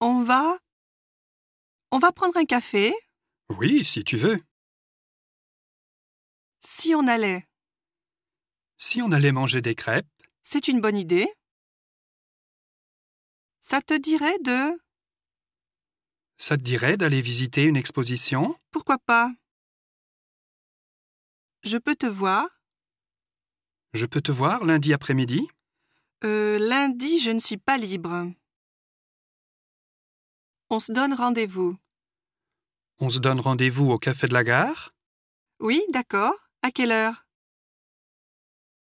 On va. On va prendre un café Oui, si tu veux. si on allait. Si on allait manger des crêpes, C'est une bonne idée. Ça te dirait de. ça te dirait d'aller visiter une exposition Pourquoi pas Je peux te voir. Je peux te voir lundi après-midi Euh, lundi, je ne suis pas libre. On se donne rendez-vous. On se donne rendez-vous au café de la gare Oui, d'accord. À quelle heure